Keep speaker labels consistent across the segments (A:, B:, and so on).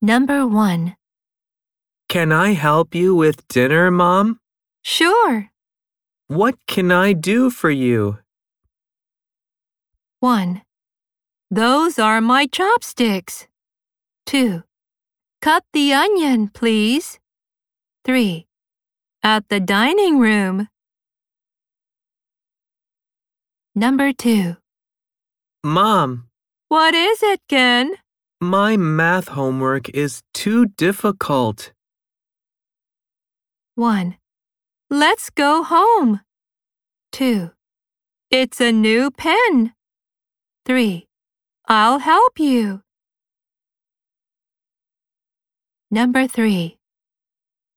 A: Number 1.
B: Can I help you with dinner, Mom?
A: Sure.
B: What can I do for you?
A: 1. Those are my chopsticks. 2. Cut the onion, please. 3. At the dining room. Number 2.
B: Mom,
A: What is it, Ken?
B: my math homework is too difficult.
A: 1. Let's go home. 2. It's a new pen. 3. I'll help you. Number 3.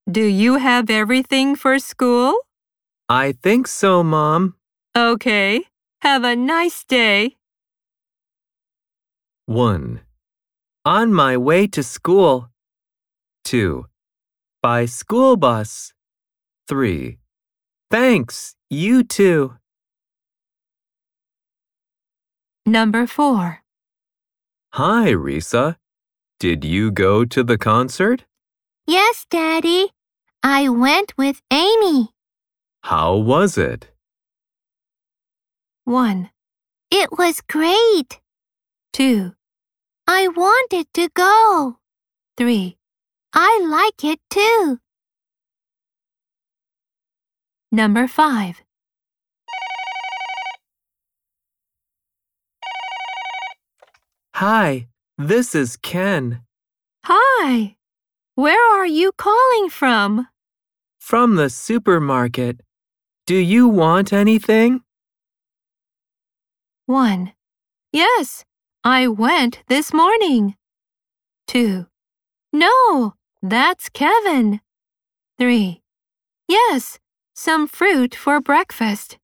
A: Do you have everything for school?
B: I think so, Mom.
A: Okay. Have a nice day.
B: 1. On my way to school. 2. By school bus. 3. Thanks, you too.
A: Number 4.
B: Hi, Risa. Did you go to the concert?
A: Yes, Daddy. I went with Amy.
B: How was it?
A: 1. It was great. 2. I wanted to go. 3. I like it too. Number 5.
B: Hi, this is Ken
A: Hi. Where are you calling from?
B: from the supermarket. Do you want anything?
A: 1. Yes, I went this morning. 2. No, that's Kevin. 3. Yes, some fruit for breakfast.